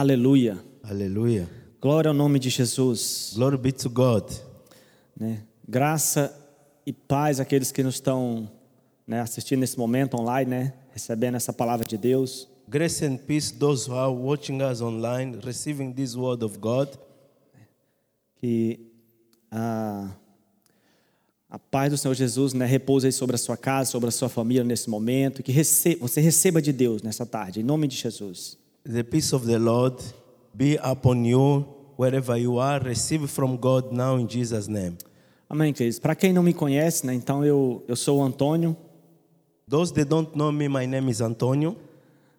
Aleluia. Hallelujah. Glória ao nome de Jesus. Glory be to God. né? Graça e paz àqueles que nos estão né, assistindo nesse momento online, né? recebendo essa palavra de Deus. Grace and peace those who are watching us online, receiving this word of God. Que a, a paz do Senhor Jesus né, repouse aí sobre a sua casa, sobre a sua família nesse momento. Que rece- você receba de Deus nessa tarde, em nome de Jesus. The peace of the Lord be upon you wherever you are. Receive from God now in Jesus' name. Amém, queridos. Para quem não me conhece, né, então eu, eu sou o Antônio, Those that don't know me, my name is Antonio.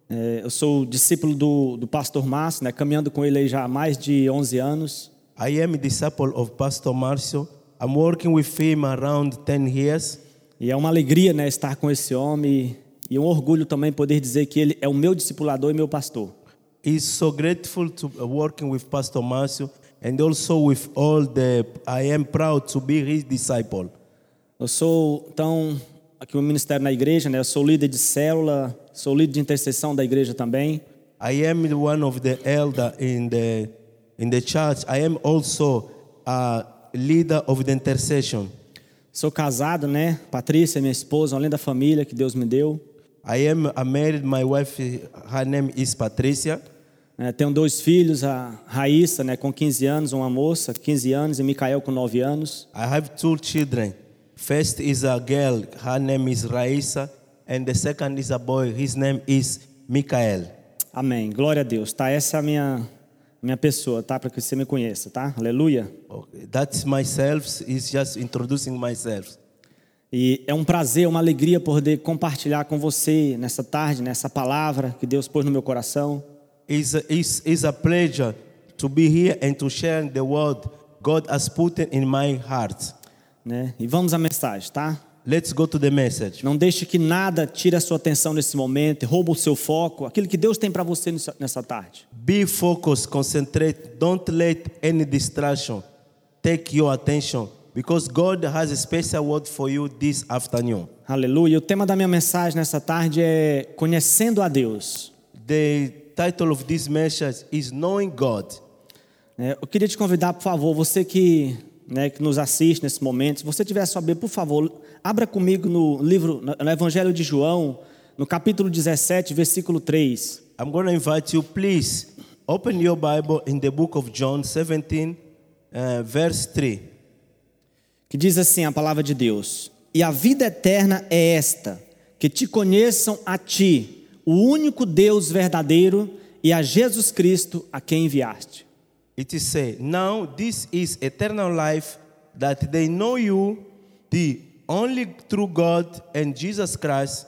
é, eu sou discípulo do, do pastor Márcio, né, caminhando com ele aí já há mais de 11 anos. I am a disciple of Pastor Marcio. I'm working with him around 10 years. E é uma alegria né, estar com esse homem e um orgulho também poder dizer que ele é o meu discipulador e meu pastor. He's so grateful to uh, working with Pastor Marcio and also with all the I am proud to be his disciple. Eu sou, então, aqui no ministério na igreja, né, eu sou líder de célula, sou líder de intercessão da igreja também. I am one of the elder in the in the church. I am also a leader of the intercession. Sou casado, né? Patrícia, minha esposa, além da família que Deus me deu. I am a married. My wife, her name is Patricia. É, tenho dois filhos, a Raíssa, né, com 15 anos, uma moça, 15 anos, e Micael com 9 anos. I have two children. First is a girl. Her name is Raisa, and the second is a boy. His name is Michael. Amém. Glória a Deus. Tá, essa é a minha minha pessoa, tá? Para que você me conheça, tá? Aleluia. Okay, That's myself. Is just introducing myself. E é um prazer, uma alegria poder compartilhar com você nessa tarde, nessa palavra que Deus pôs no meu coração. It's a, it's, it's a pleasure to be here and to share the word God has put in my heart. Né? E vamos à mensagem, tá? Let's go to the message. Não deixe que nada tire a sua atenção nesse momento, rouba o seu foco, aquilo que Deus tem para você nessa- nessa tarde. Be focused, concentrate. Don't let any distraction take your attention because God has a special word for you this afternoon. Aleluia. O tema da minha mensagem nessa tarde é Conhecendo a Deus. The title of this message is Knowing God. Né? Eu queria te convidar, por favor, você que, né, que nos assiste nesse momento, se você tiver a sua Bíblia, por favor, abra comigo no livro, no Evangelho de João, no capítulo 17, versículo 3. I'm going to invite you, please, open your Bible in the book of John 17, uh, verse 3. que diz assim a palavra de Deus: E a vida eterna é esta, que te conheçam a ti, o único Deus verdadeiro, e a Jesus Cristo a quem enviaste. It is said, Now this is eternal life, that they know you, the only true God, and Jesus Christ,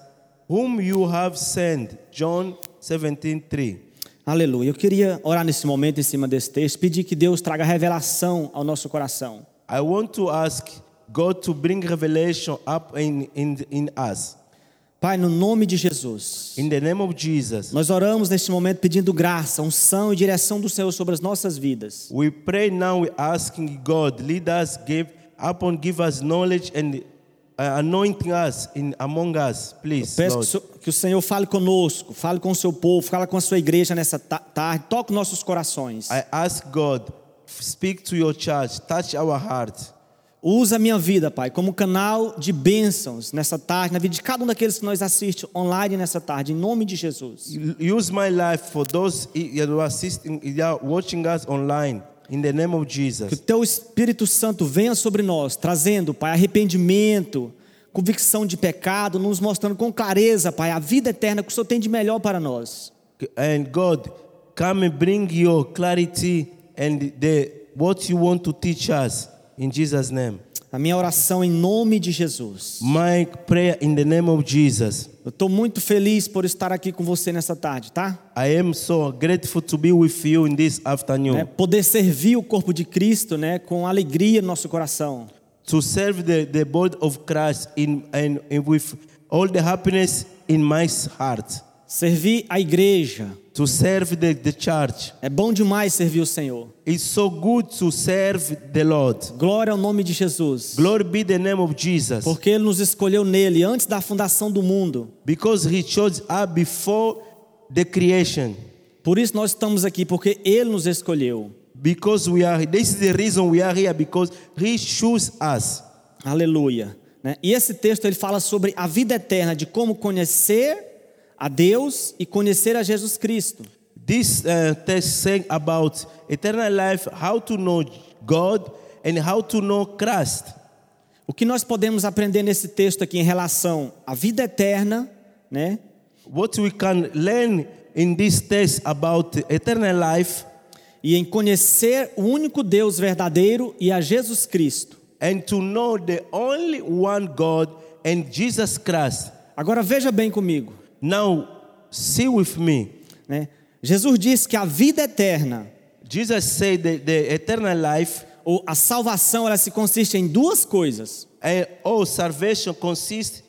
whom you have sent. John 17 3. Aleluia. Eu queria orar nesse momento em cima desse texto, pedir que Deus traga revelação ao nosso coração. I want to ask God to bring revelation up in, in, in us. Pai, no nome de Jesus, In the name of Jesus, nós oramos neste momento pedindo graça, unção e direção do Senhor sobre as nossas vidas. we pray now, we're asking God, lead us, give upon, give us knowledge and uh, anointing us in among us, please. Peço que o Lord. Senhor- que o Senhor fale conosco, fale com o seu povo, fale com a sua igreja nessa ta- tarde, toque nossos corações. I ask God, speak to your church, touch our heart. Usa a minha vida, Pai, como canal de bênçãos nessa tarde, na vida de cada um daqueles que nós assiste online nessa tarde, em nome de Jesus. Use my life for those who are assisting, who are watching us online. In the name of Que o Jesus, Teu Espírito Santo venha sobre nós, trazendo, Pai, arrependimento, convicção de pecado, nos mostrando com clareza, Pai, a vida eterna que o Senhor tem de melhor para nós. and God, come and bring your clarity and the what you want to teach us. In Jesus' name, A minha oração em nome de Jesus. my prayer in the name of Jesus. Eu estou muito feliz por estar aqui com você nessa tarde, tá? I am so grateful to be with you in this afternoon. Né? Poder servir o corpo de Cristo, né, com alegria no nosso coração. to serve the, the body of Christ in, and, and with all the happiness in my heart, Servir a igreja, to serve the, the church. É bom demais servir o Senhor. It's so good to serve the Lord. Glória ao nome de Jesus. Glory be the name of Jesus. Porque Ele nos escolheu nele antes da fundação do mundo. Because he chose us before the creation. Por isso nós estamos aqui, porque Ele nos escolheu. Because we are this is the reason we are here because he chose us. Aleluia. né? E esse texto ele fala sobre a vida eterna, de como conhecer a Deus e conhecer a Jesus Cristo. This uh, text saying about eternal life, how to know God and how to know Christ. O que nós podemos aprender nesse texto aqui em relação à vida eterna, né? What we can learn in this text about eternal life E em conhecer o único Deus verdadeiro e a Jesus Cristo. and to know the only one God and Jesus Christ. Agora veja bem comigo, Now, see with me. né? Jesus disse que a vida eterna Jesus said that the eternal life ou a salvação ela se consiste em duas coisas, and all eh, oh, salvation consists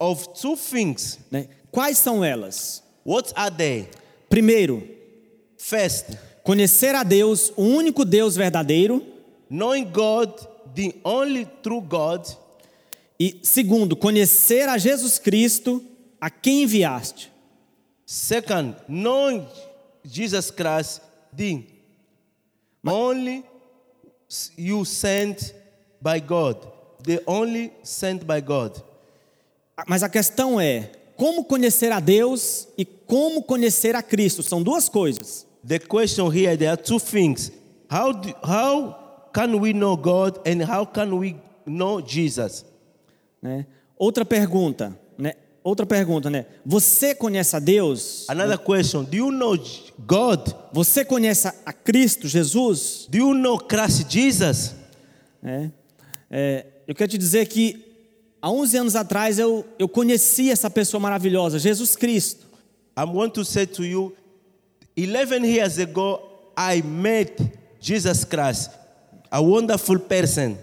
of two things. né? Quais são elas? What are they? Primeiro, First, conhecer a Deus, o único Deus verdadeiro, knowing God, the only true God, e segundo, conhecer a Jesus Cristo, a quem enviaste. Second, knowing Jesus Christ, the only you sent by God, the only sent by God. Ah, Mas a questão é como conhecer a Deus e como conhecer a Cristo. São duas coisas. The question here, there are two things. How, do, how can we know God and how can we know Jesus? né? Outra pergunta, né? Outra pergunta, né? Você conhece a Deus? Another question, do you know J- God? Você conhece a Cristo, Jesus? Do you know Christ Jesus? né? É, eu quero te dizer que há 11 anos atrás eu, eu conheci essa pessoa maravilhosa, Jesus Cristo. I want to say to you, 11 years ago, I met Jesus Christ, a wonderful person.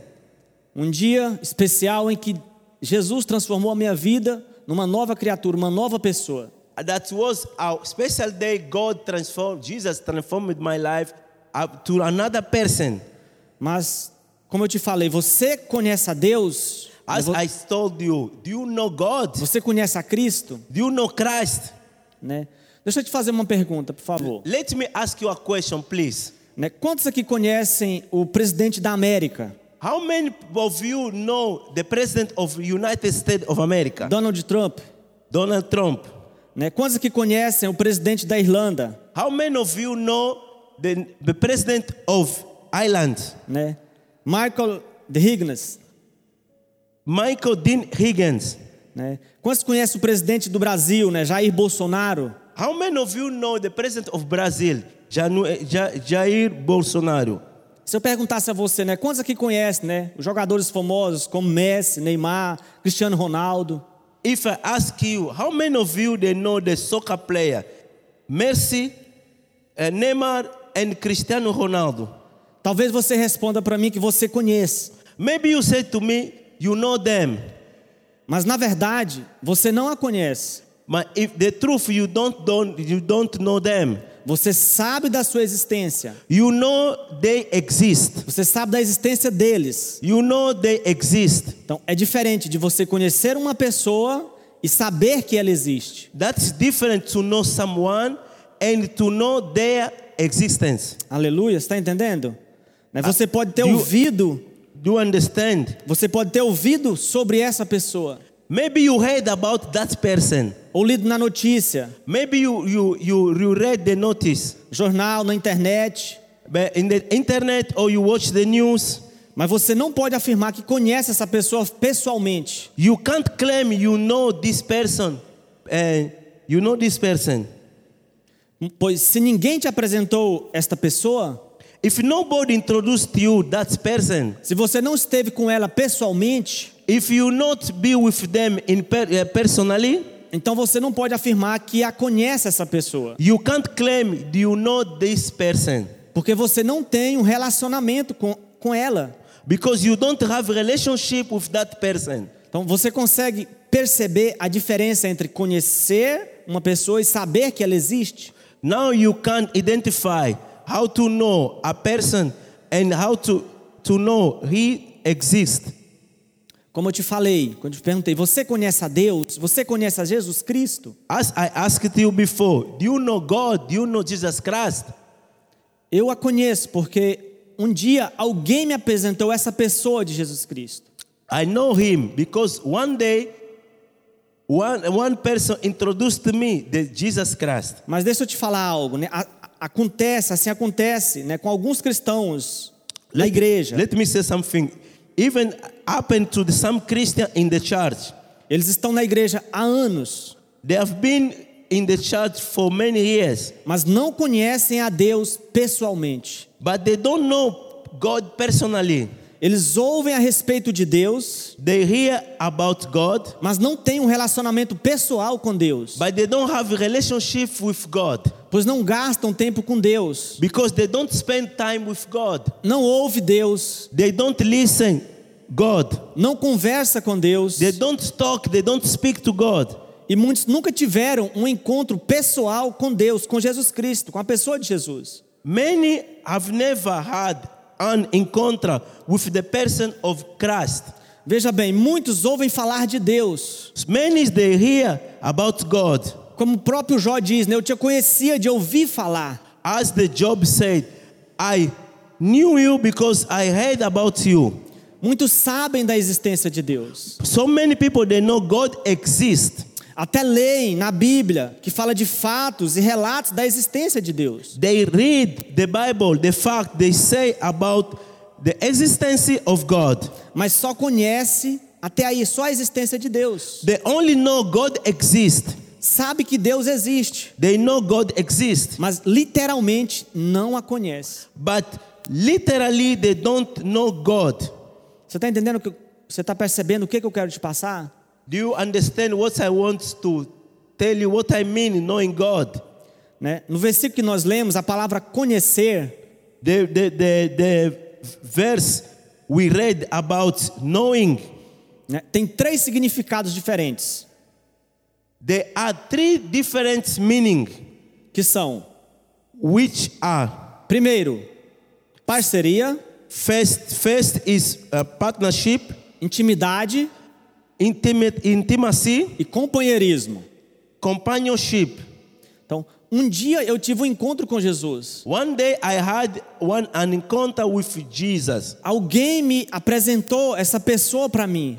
Um dia especial em que Jesus transformou a minha vida numa nova criatura, uma nova pessoa. That was a special day God transformed, Jesus transformed my life up to another person. Mas, como eu te falei, você conhece a Deus? As I told you, do you know God? Você conhece a Cristo? Do you know Christ? Né? Deixa eu te fazer uma pergunta, por favor. Let me ask you a question, please. Né? Quantos aqui conhecem o presidente da América, How many of you know the President of United States of America, Donald Trump? Donald Trump? Né? Quantos aqui conhecem o presidente da Irlanda? How many of you know the, the president of Ireland, né? Michael de Higgins, Michael Dean Higgins? né? Quantos conhecem o presidente do Brasil, né? Jair Bolsonaro, How many of you know the president of Brazil, Janu- eh, Ja- Jair Bolsonaro? Se eu perguntasse a você, né? Quantos aqui conhecem, né? Os jogadores famosos como Messi, Neymar, Cristiano Ronaldo, If I ask you, how many of you they know the soccer player, Messi, eh, Neymar, and Cristiano Ronaldo? talvez você responda para mim que você conhece, Maybe you say to me, you know them, mas na verdade você não a conhece. but if the truth you don't, don't you don't know them. Você sabe da sua existência, You know they exist. você sabe da existência deles. You know they exist. Então é diferente de você conhecer uma pessoa e saber que ela existe. That's different to know someone and to know their existence. Aleluia, está entendendo? Né, Você pode ter do you- ouvido, Do you understand? você pode ter ouvido sobre essa pessoa, Maybe you heard about that person. ou lido na notícia, Maybe you, you, you, you read the notice jornal, na internet, but in the internet or you watch the news. mas você não pode afirmar que conhece essa pessoa pessoalmente. You can't claim you know this person. eh, you know this person. Pois se ninguém te apresentou esta pessoa, If nobody introduced you that person, se você não esteve com ela pessoalmente, if you not be with them in per, eh, personally, então você não pode afirmar que a conhece essa pessoa, you can't claim you know this person. porque você não tem um relacionamento com, com ela. because you don't have relationship with that person Então você consegue perceber a diferença entre conhecer uma pessoa e saber que ela existe? now you can identify how to know a person and how to to know he exists Como eu te falei, quando eu te perguntei, você conhece a Deus? Você conhece a Jesus Cristo? As I asked you before, do you know God? Do you know Jesus Christ? Eu a conheço porque um dia alguém me apresentou essa pessoa de Jesus Cristo. I know him because one day one, one person introduced to me the Jesus Christ. Mas deixa eu te falar algo, né? A- a- Acontece, assim acontece, né? Com alguns cristãos na igreja, Let me say something. Even happened to the, some Christian in the church. eles estão na igreja há anos, They have been in the church for many years, mas não conhecem a Deus pessoalmente. but they don't know God personally. Eles ouvem a respeito de Deus, They hear about God, mas não têm um relacionamento pessoal com Deus, but they don't have a relationship with God pois não gastam tempo com Deus, because they don't spend time with God. não ouve Deus, They don't listen God. não conversa com Deus, They don't talk, they don't speak to God. e muitos nunca tiveram um encontro pessoal com Deus, com Jesus Cristo, com a pessoa de Jesus. Many have never had an encounter with the person of Christ. Veja bem, muitos ouvem falar de Deus, Many they hear about God. como o próprio Jó diz, né? eu te conhecia de ouvir falar, As the job said, I knew you because I heard about you. muitos sabem da existência de Deus, So many people they know God exists. até leem na Bíblia, que fala de fatos e relatos da existência de Deus, They read the Bible, the fact they say about the existence of God. mas só conhece até aí, só a existência de Deus, They only know God exists. sabe que Deus existe, They know God exists, mas literalmente não a conhece, but literally they don't know God. você está entendendo, o que você está percebendo o que que eu quero te passar? Do you understand what I want to tell you? What I mean, knowing God. Né? No versículo que nós lemos, a palavra conhecer The, the, the, the verse we read about knowing, né, tem três significados diferentes, there are three different meanings, que são, which are primeiro, parceria, first, first is uh, partnership, intimidade intimate, intimacy, e companheirismo. companionship. Então, um dia eu tive um encontro com Jesus. One day I had one an encounter with Jesus. Alguém me apresentou essa pessoa para mim,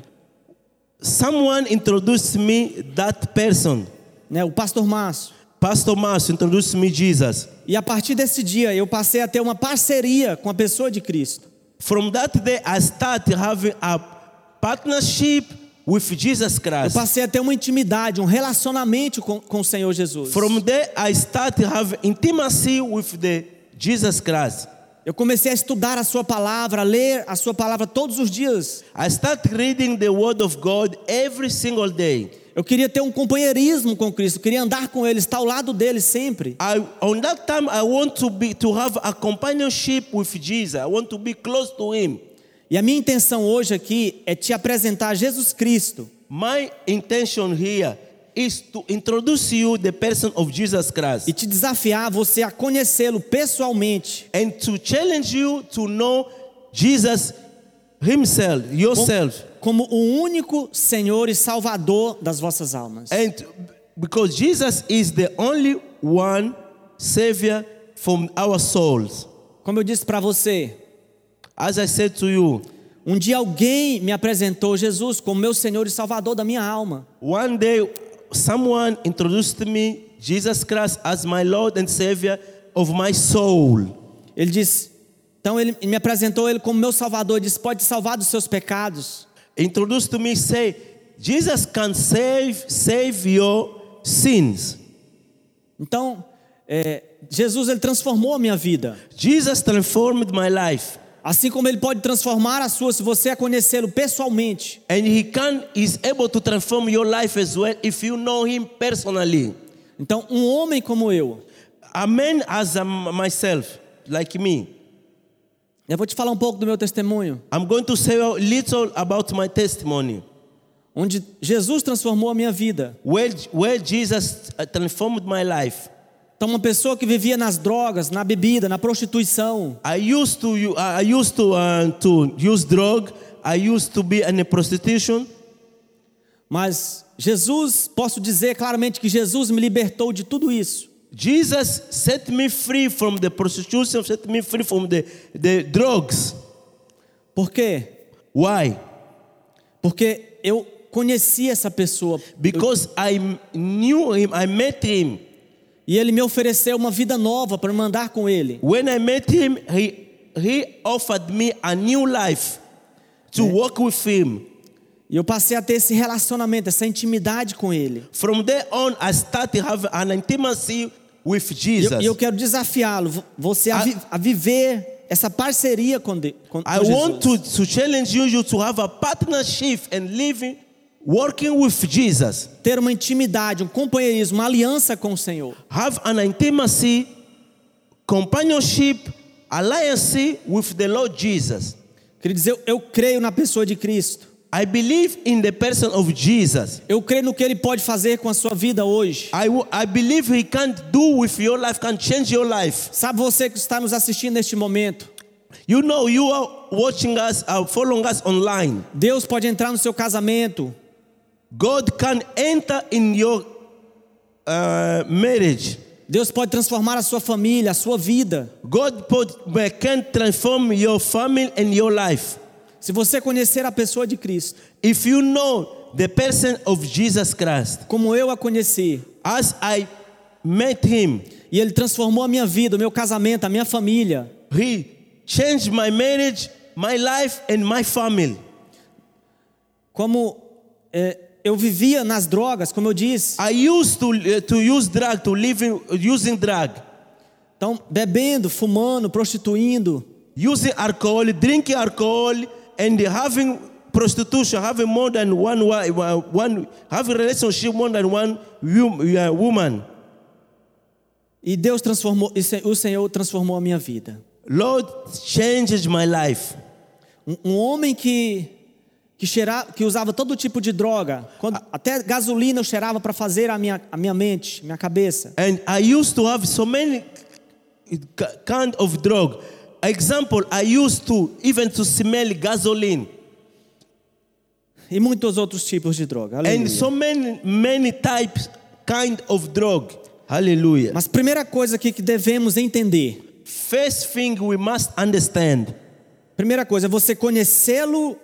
Someone introduced me that person. né, o pastor Márcio. Pastor Mars introduced me Jesus. E a partir desse dia eu passei a ter uma parceria com a pessoa de Cristo. From that day, I started having a partnership with Jesus Eu Christ. passei a ter uma intimidade, um relacionamento com, com o Senhor Jesus. From there, I started having intimacy with the Jesus Christ. Eu comecei a estudar a sua palavra, a ler a sua palavra todos os dias. I started reading the Word of God every single day. Eu queria ter um companheirismo com Cristo, eu queria andar com Ele, estar ao lado dele sempre. I, on that time, I want to be to have a companionship with Jesus. I want to be close to Him. E a minha intenção hoje aqui é te apresentar Jesus Cristo, My intention here is to introduce you the person of Jesus Christ. e te desafiar você a conhecê-lo pessoalmente, and to challenge you to know Jesus Himself, yourself, como o único Senhor e Salvador das vossas almas. and because Jesus is the only one Savior from our souls. Como eu disse para você, As I said to you, um dia alguém me apresentou Jesus como meu Senhor e Salvador da minha alma. one day someone introduced me Jesus Christ as my Lord and Savior of my soul. Ele disse, então ele me apresentou ele como meu Salvador, disse, pode te salvar dos seus pecados. Introduced to me, say, Jesus can save save your sins. Então, é, Jesus ele transformou a minha vida. Jesus transformed my life. Assim como ele pode transformar a sua se você a conhecê-lo pessoalmente. And he can is able to transform your life as well if you know him personally. Então, um homem como eu, A man as a, myself, like me. eu vou te falar um pouco do meu testemunho, I'm going to say a little about my testimony. onde Jesus transformou a minha vida. Where, where Jesus uh, transformed my life. Então, uma pessoa que vivia nas drogas, na bebida, na prostituição, I used to u- I used to uh, to use drug. I used to be in a prostitution, Mas Jesus, posso dizer claramente que Jesus me libertou de tudo isso. Jesus set me free from the prostitution, set me free from the, the drugs. Por quê? Why? Porque eu conheci essa pessoa Because I knew him, I met him. e ele me ofereceu uma vida nova para me andar com ele. When I met him, he, he offered me a new life to walk with him. E eu passei a ter esse relacionamento, essa intimidade com ele. From there on, I started having an intimacy with E eu, Jesus. e eu quero desafiá-lo, vo- você a, I- vi- a viver essa parceria com, de, com, com I Jesus. want to, to challenge you, you to have a partnership and living, working with Jesus. Ter uma intimidade, um companheirismo, uma aliança com o Senhor. Have an intimacy, companionship, alliance with the Lord Jesus. Queria dizer, eu- eu creio na pessoa de Cristo. I believe in the person of Jesus. Eu creio no que ele pode fazer com a sua vida hoje. I, w- I believe he can't do with your life, can change your life. Sabe você que está nos assistindo neste momento? You know, you are watching us, are following us online. Deus pode entrar no seu casamento. God can enter in your uh, marriage. Deus pode transformar a sua família, a sua vida. God put- can transform your family and your life. Se você conhecer a pessoa de Cristo, If you know the person of Jesus Christ, como eu a conheci, as I met him, e ele transformou a minha vida, o meu casamento, a minha família. he changed my marriage, my life, and my family. Como é, eu vivia nas drogas, como eu disse, I used to, uh, to use drug, to live in, using drug, então bebendo, fumando, prostituindo. using alcohol, drinking alcohol, and having prostitution, having more than one, wi- one having relationship more than one wom- uh, woman. E Deus transformou, e se- o Senhor transformou a minha vida. Lord changed my life. Um, um homem que que, cheira, que usava todo tipo de droga, quando- até gasolina eu cheirava para fazer a minha, a minha mente, minha cabeça. And I used to have so many k- kind of drug. Example, I used to even to smell gasoline E muitos outros tipos de droga. and Aleluia. so many many types kind of drug. Hallelujah. Mas primeira coisa aqui que devemos entender. First thing we must understand. Primeira coisa é você conhecê-lo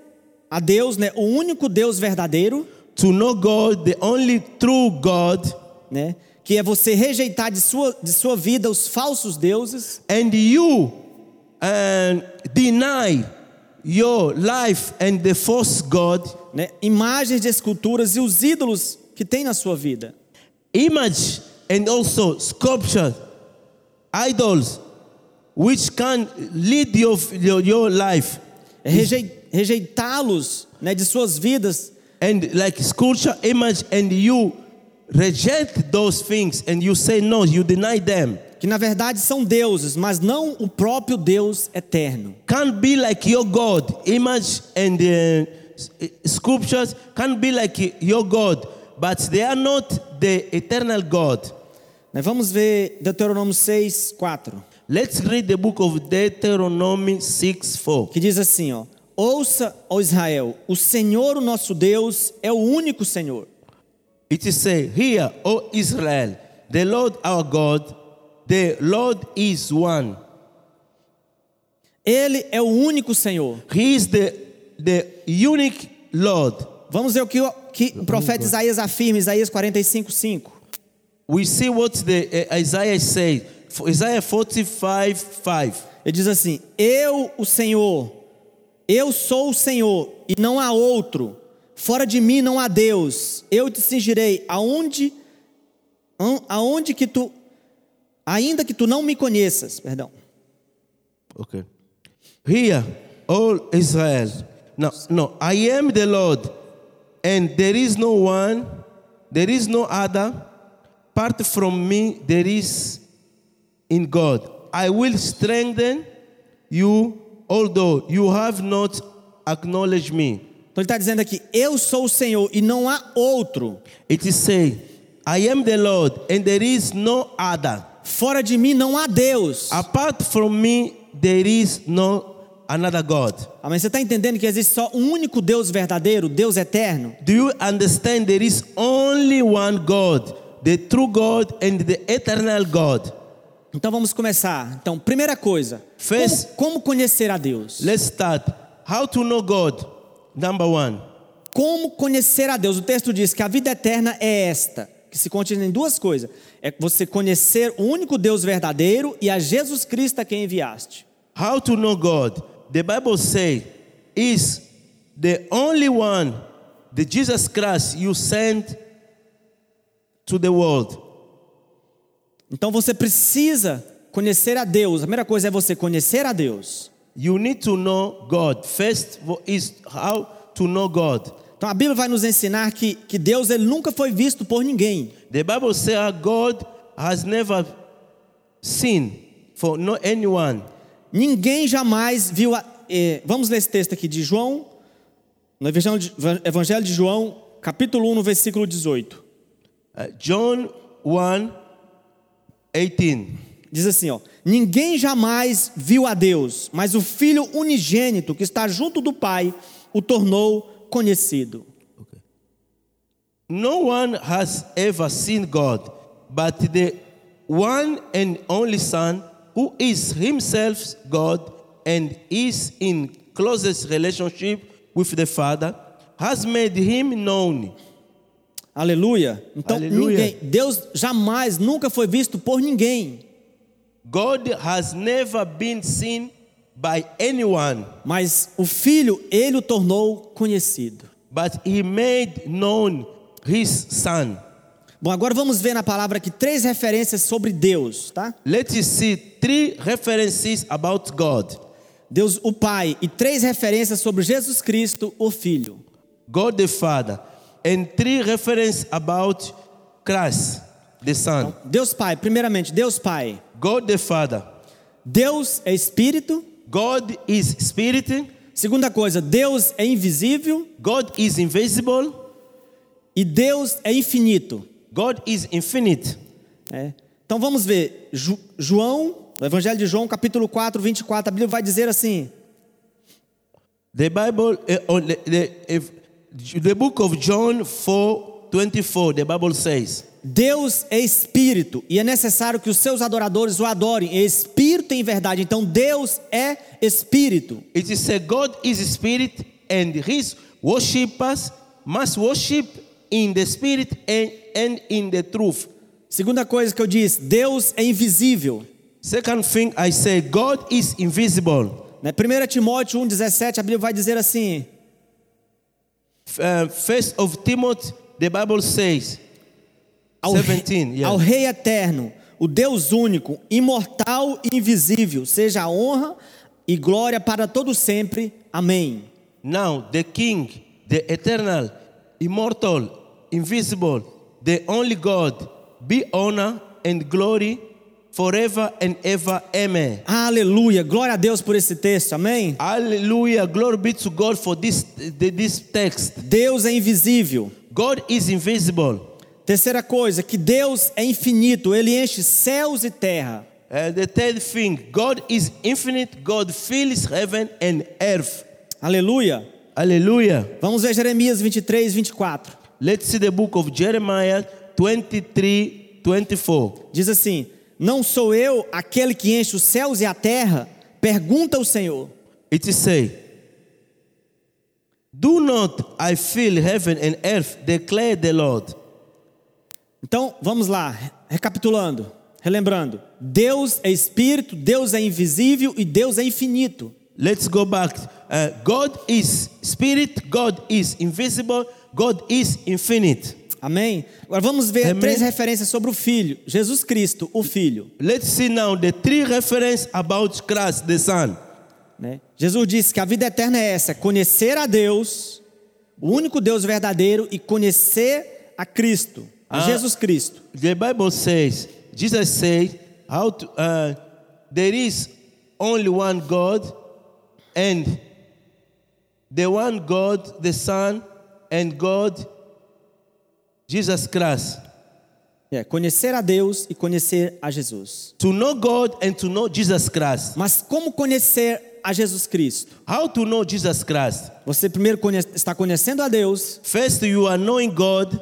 a Deus, né? O único Deus verdadeiro, To know God, the only true God, né? Que é você rejeitar de sua, de sua vida os falsos deuses and you and deny your life and the false God, né? imagens de esculturas e os ídolos que tem na sua vida. image and also sculpture, idols, which can lead your, your, your life. É rejei- rejeitá-los né? de suas vidas And like sculpture, image, and you reject those things and you say no, you deny them. que na verdade são deuses, mas não o próprio Deus eterno. Can't be like your God. Image and uh, s- sculptures can't be like your God, but they are not the eternal God. Né? Vamos ver Deuteronômio 6, 4. Let's read the book of Deuteronomy 6 4. que diz assim, ó: Ouça, ó Israel, o Senhor, o nosso Deus, é o único Senhor. It is said, Hear, O Israel, the Lord our God, the Lord is one. Ele é o único Senhor. He is the, the unique Lord. Vamos ver o que o, que o profeta Isaías afirma, Isaías 45, 5. We see what the uh, Isaiah says. For Isaiah 45 5. Ele diz assim: Eu, o Senhor, eu sou o Senhor, e não há outro. Fora de mim não há Deus. Eu te cingirei aonde an- aonde que tu ainda que tu não me conheças, perdão. Okay. Hear, all Israel. No, no. I am the Lord, and there is no one, there is no other. Apart from me, there is in God. I will strengthen you, although you have not acknowledged me. Então ele está dizendo aqui: Eu sou o Senhor e não há outro. It is said, I am the Lord, and there is no other. Fora de mim não há Deus. Apart from me, there is no another God. Amém? Você está entendendo que existe só um único Deus verdadeiro, Deus eterno? Do you understand there is only one God, the true God and the eternal God? Então vamos começar. Então, primeira coisa, Fez- como, como conhecer a Deus? Let's start. How to know God? Number one. Como conhecer a Deus? O texto diz que a vida eterna é esta, que se continua em duas coisas: é você conhecer o único Deus verdadeiro e a Jesus Cristo a quem enviaste. How to know God? The Bible says is the only one, the Jesus Christ you sent to the world. Então você precisa conhecer a Deus. A primeira coisa é você conhecer a Deus. You need to know God. First vo- is how to know God. Então a Bíblia vai nos ensinar que, que Deus ele nunca foi visto por ninguém. The Bible says our God has never seen for no anyone. Ninguém jamais viu. A, eh, vamos ler esse texto aqui de João, no Evangelho de- Evangelho de João, capítulo 1, no versículo 18. Uh, John 1 18. Diz assim, ó: Ninguém jamais viu a Deus, mas o Filho unigênito que está junto do Pai o tornou conhecido. No one has ever seen God, but the one and only Son, who is himself God and is in closest relationship with the Father, has made him known. Aleluia. Então Aleluia. ninguém, Deus jamais nunca foi visto por ninguém, God has never been seen by anyone, mas o Filho ele o tornou conhecido. but he made known his Son. Bom, agora vamos ver na palavra aqui três referências sobre Deus, tá? Let us see three references about God Deus o Pai e três referências sobre Jesus Cristo, o Filho. God the Father, and three reference about Christ the Son. Deus Pai, primeiramente, Deus Pai. God the Father. Deus é espírito. God is spirit. Segunda coisa, Deus é invisível God is invisible. e Deus é infinito. God is infinite. né? Então vamos ver, Ju- João, o Evangelho de João, capítulo 4, 24, a Bíblia vai dizer assim: The Bible, eh, on the, the, if, the book of John 4 24, the Bible says, Deus é espírito e é necessário que os seus adoradores o adorem, é espírito em verdade. Então Deus é espírito. It is said, God is spirit, and his worshippers must worship in the spirit and, and in the truth. Segunda coisa que eu disse, Deus é invisível. Second thing I say, God is invisible. Né? 1 Timóteo 1,17, a Bíblia vai dizer assim: Uh, first of Timothy, the Bible says, ao, 17, rei, yeah. ao Rei eterno, o Deus único, imortal e invisível, seja a honra e glória para todo sempre. Amém. now the King, the eternal, immortal, invisible, the only God, be honor and glory forever and ever. Amen. Aleluia. Glória a Deus por esse texto. Amém. Hallelujah. Glory be to God for this, th- this text. Deus é invisível. God is invisible. Terceira coisa, que Deus é infinito, ele enche céus e terra. Uh, the third thing, God is infinite. God fills heaven and earth. Aleluia. Hallelujah. Vamos ver Jeremias 23, 24. Let's see the book of Jeremiah 23 24. Diz assim: Não sou eu aquele que enche os céus e a terra? Pergunta o Senhor. It is say, Do not I fill heaven and earth, declare the Lord. Então, vamos lá, re- recapitulando, relembrando. Deus é espírito, Deus é invisível e Deus é infinito. Let's go back. Uh, God is spirit, God is invisible, God is infinite. Amém? Agora vamos ver Amém. três referências sobre o Filho. Jesus Cristo, o Filho. Let's see now the three reference about Christ the Son. né? Jesus disse que a vida eterna é essa: conhecer a Deus, o único Deus verdadeiro, e conhecer a Cristo, a Ah. Jesus Cristo. The Bible says, Jesus said, how to, uh, there is only one God, and the one God, the Son, and God, Jesus Christ. É, conhecer a Deus e conhecer a Jesus. To know God and to know Jesus Christ. Mas como conhecer a Jesus Cristo. How to know Jesus Christ? Você primeiro conhe- está conhecendo a Deus, First, you are knowing God.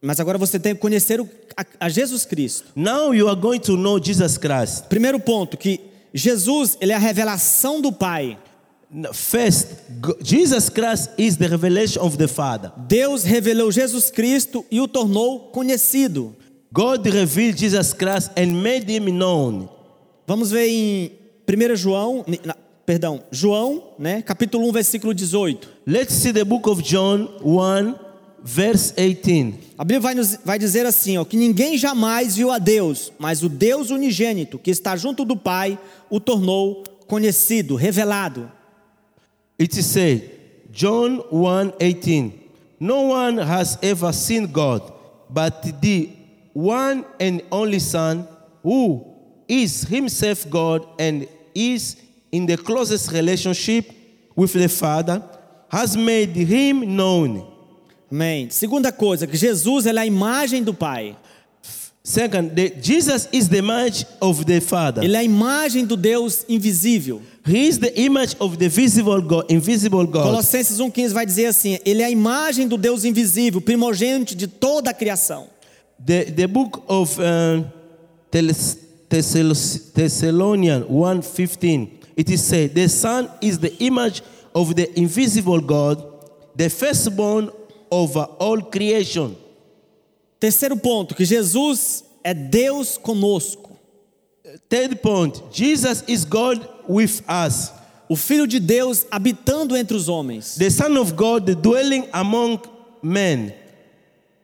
mas agora você tem que conhecer o- a, a Jesus Cristo. Now you are going to know Jesus Christ. Primeiro ponto, que Jesus ele é a revelação do Pai. N- First, G- Jesus Christ is the revelation of the Father. Deus revelou Jesus Cristo e o tornou conhecido. God revealed Jesus Christ and made him known. Vamos ver em 1 João, ni- na- perdão, João, né, capítulo 1, versículo 18. Let's see the book of John 1, verse 18. A Bíblia vai, nos- vai dizer assim, ó, que ninguém jamais viu a Deus, mas o Deus unigênito, que está junto do Pai, o tornou conhecido, revelado. It says, John 1 18. No one has ever seen God, but the one and only Son, who is himself God and is in the closest relationship with the Father, has made him known. Amém. Segunda coisa, que Jesus ele é a imagem do Pai. Second, the, Jesus is the image of the Father. Ele é a imagem do Deus invisível. He is the image of the visible God, invisible God. Colossenses 1,15 vai dizer assim: Ele é a imagem do Deus invisível, primogênito de toda a criação. The, the book of uh, Thess- Thessalonians Thessalonians 1.15, it is said, the Son is the image of the invisible God, the firstborn over all creation. Terceiro ponto, que Jesus é Deus conosco. Third point, Jesus is God with us, O Filho de Deus habitando entre os homens. the Son of God dwelling among men.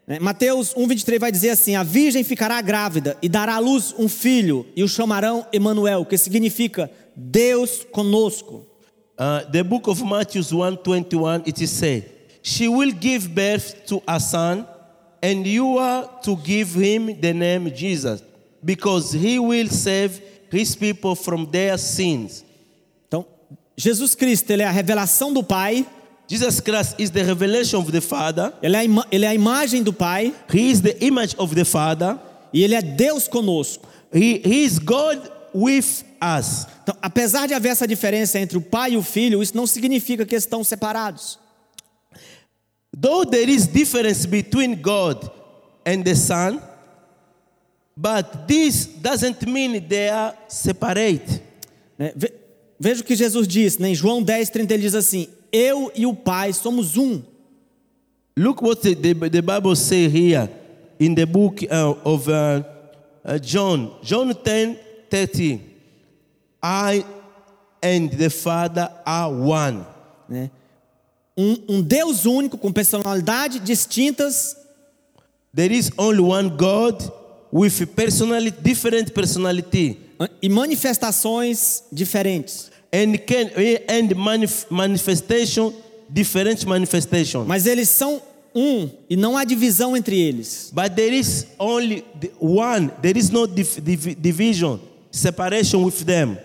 Né? Mateus 1,23 vai dizer assim: A virgem ficará grávida e dará à luz um filho, e o chamarão Emanuel, que significa Deus conosco. Uh, the book of Matthew 1:21 it is said, "She will give birth to a son, and you are to give him the name Jesus, because he will save his people from their sins." Então, Jesus Cristo, ele é a revelação do Pai, Jesus Christ is the revelation of the Father. ele é a, ima- ele é a imagem do Pai, He is the image of the Father. e ele é Deus conosco. He, he is God with us. Então, apesar de haver essa diferença entre o pai e o filho, isso não significa que estão separados. Though there is difference between God and the Son, but this doesn't mean they are separate. né? Ve- Veja o que Jesus diz, né? em João 10, 30, ele diz assim: Eu e o Pai somos um. Look what the, the, the Bible say here in the book uh, of uh, uh, John, John 10 30. I and the Father are one. né? Um, um Deus único, com personalidades distintas, There is only one God with personality, different personality an- e manifestações diferentes. and can and manif- manifestation, different manifestation. Mas eles são um, e não há divisão entre eles. But there is only the one. There is no div- div- division, separation with them.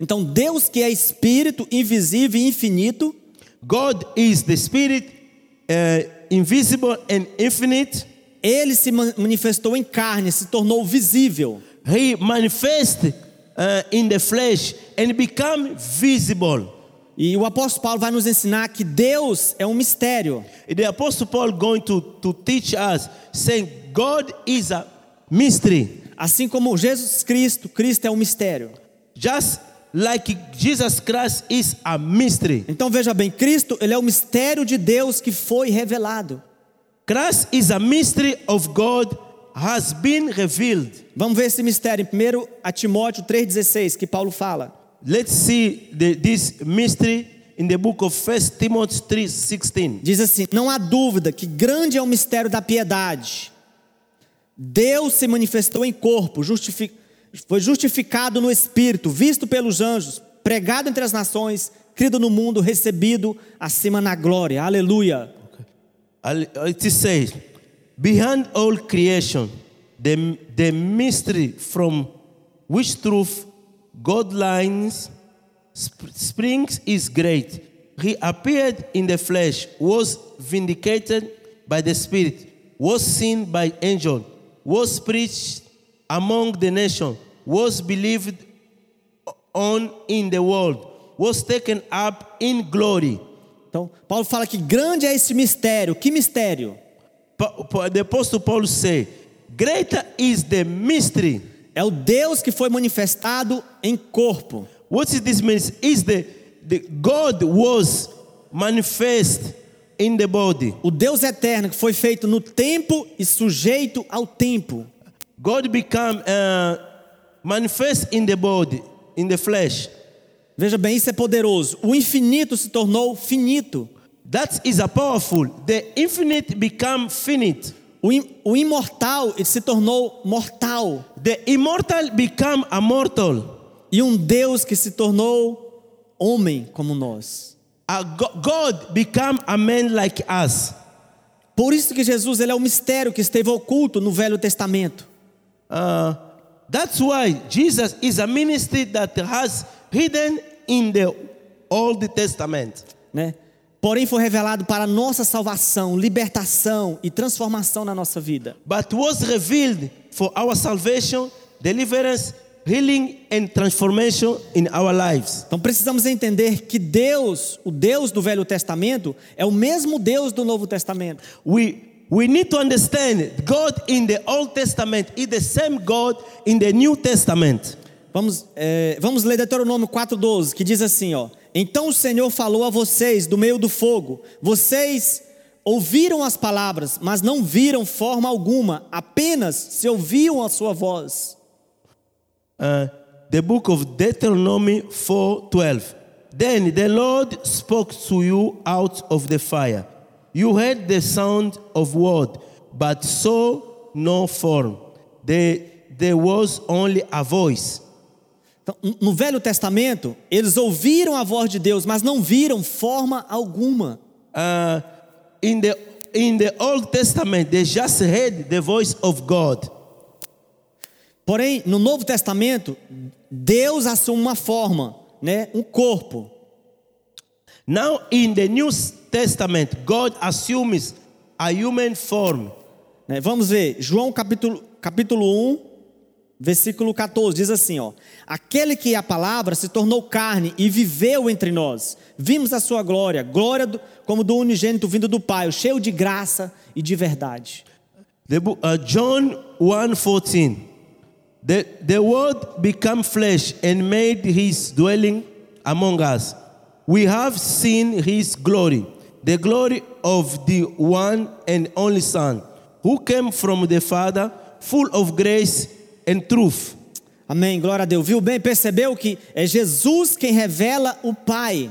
Então, Deus que é espírito, invisível e infinito, God is the spirit, uh, invisible and infinite. ele se ma- manifestou em carne, se tornou visível. He manifests uh, in the flesh and become visible. E o apóstolo Paulo vai nos ensinar que Deus é um mistério. The apostle Paul going to, to teach us saying God is a mystery. Assim como Jesus Cristo, Cristo é um mistério. Just like Jesus Christ is a mystery. Então veja bem, Cristo, ele é o mistério de Deus que foi revelado. Christ is a mystery of God has been revealed. Vamos ver esse mistério em 1 a Timóteo 3,16, que Paulo fala. Let's see the, this mystery in the book of 1 Timothy 3:16. Diz assim: Não há dúvida que grande é o mistério da piedade. Deus se manifestou em corpo, justifi- foi justificado no espírito, visto pelos anjos, pregado entre as nações, crido no mundo, recebido acima na glória. Aleluia. Al- It says, Behind all creation, the, the mystery from which truth God lines sp- springs is great. He appeared in the flesh, was vindicated by the Spirit, was seen by angel, was preached among the nation, was believed on in the world was taken up in glory. Então, Paulo fala que grande é esse mistério. Que mistério? Pa- pa- The apostle Paul say, "Greater is the mystery." É o Deus que foi manifestado em corpo. What is this means? Is the, the God was manifest in the body. O Deus eterno que foi feito no tempo e sujeito ao tempo. God become uh, manifest in the body, in the flesh. Veja bem, isso é poderoso. O infinito se tornou finito. That is a powerful. The infinite become finite. O, im- o imortal ele se tornou mortal. The immortal become a mortal. E um Deus que se tornou homem como nós. A go- God become a man like us. Por isso que Jesus ele é o mistério que esteve oculto no Velho Testamento. Uh, that's why Jesus is a ministry that has hidden in the Old Testament. né? Porém, foi revelado para nossa salvação, libertação e transformação na nossa vida. but was revealed for our salvation, deliverance, healing, and transformation in our lives. Então, precisamos entender que Deus, o Deus do Velho Testamento, é o mesmo Deus do Novo Testamento. We, we need to understand God in the Old Testament is the same God in the New Testament. Vamos, é, vamos ler Deuteronômio 4,12, que diz assim: ó, Então o Senhor falou a vocês do meio do fogo, vocês ouviram as palavras, mas não viram forma alguma, apenas se ouviam a sua voz. Uh, the book of Deuteronomy 4:12. Then the Lord spoke to you out of the fire. You heard the sound of word, but saw no form. There, there was only a voice. Então, no Velho Testamento, eles ouviram a voz de Deus, mas não viram forma alguma. Uh, in the in the Old Testament, they just heard the voice of God. Porém, no Novo Testamento, Deus assume uma forma, né? um corpo. Now, in the New Testament, God assumes a human form. né? Vamos ver, João capítulo, capítulo 1, versículo 14, diz assim: ó, Aquele que é a palavra se tornou carne e viveu entre nós. Vimos a sua glória, glória do- como do unigênito vindo do Pai, cheio de graça e de verdade. The book, uh, John 1:14. The, the word became flesh and made his dwelling among us. We have seen his glory, the glory of the one and only Son, who came from the Father, full of grace and truth. Amém, glória a Deus. Viu bem? Percebeu que é Jesus quem revela o Pai.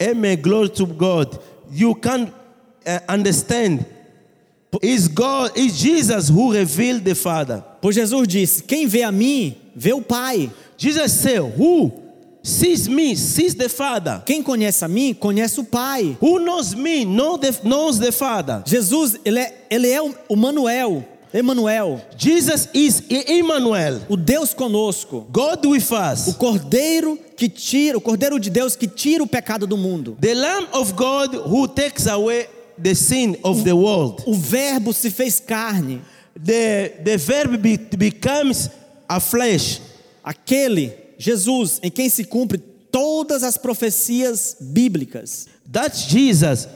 Amen. Glory to God. You can uh, understand. It's God, it's Jesus who revealed the Father. Pois Jesus disse: Quem vê a mim, vê o Pai. Jesus said, Who sees me, sees the Father. Quem conhece a mim, conhece o Pai. Who knows me, know the, knows the Father. Jesus, ele é, ele é o o Manuel, Emmanuel, Jesus is I- Emmanuel, o Deus conosco. God with O us, Cordeiro que tira, o Cordeiro de Deus que tira o pecado do mundo. the Lamb of God who takes away the sin of the world. O Verbo se fez carne, The, the Verb be- becomes a flesh. aquele Jesus em quem se cumpre todas as profecias bíblicas. That's Jesus,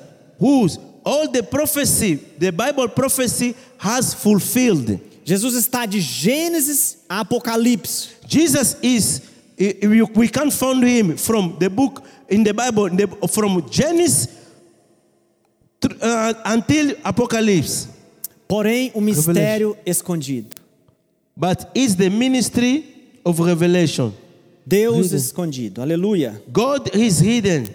whose all the prophecy, the Bible prophecy has fulfilled. Jesus está de Gênesis a Apocalipse. Jesus is, i- i- we can find him from the book in the Bible, in the- from Genesis thr- uh, until Apocalypse. Porém, o mistério escondido. But it's the ministry of revelation. Deus escondido. Aleluia. God is hidden.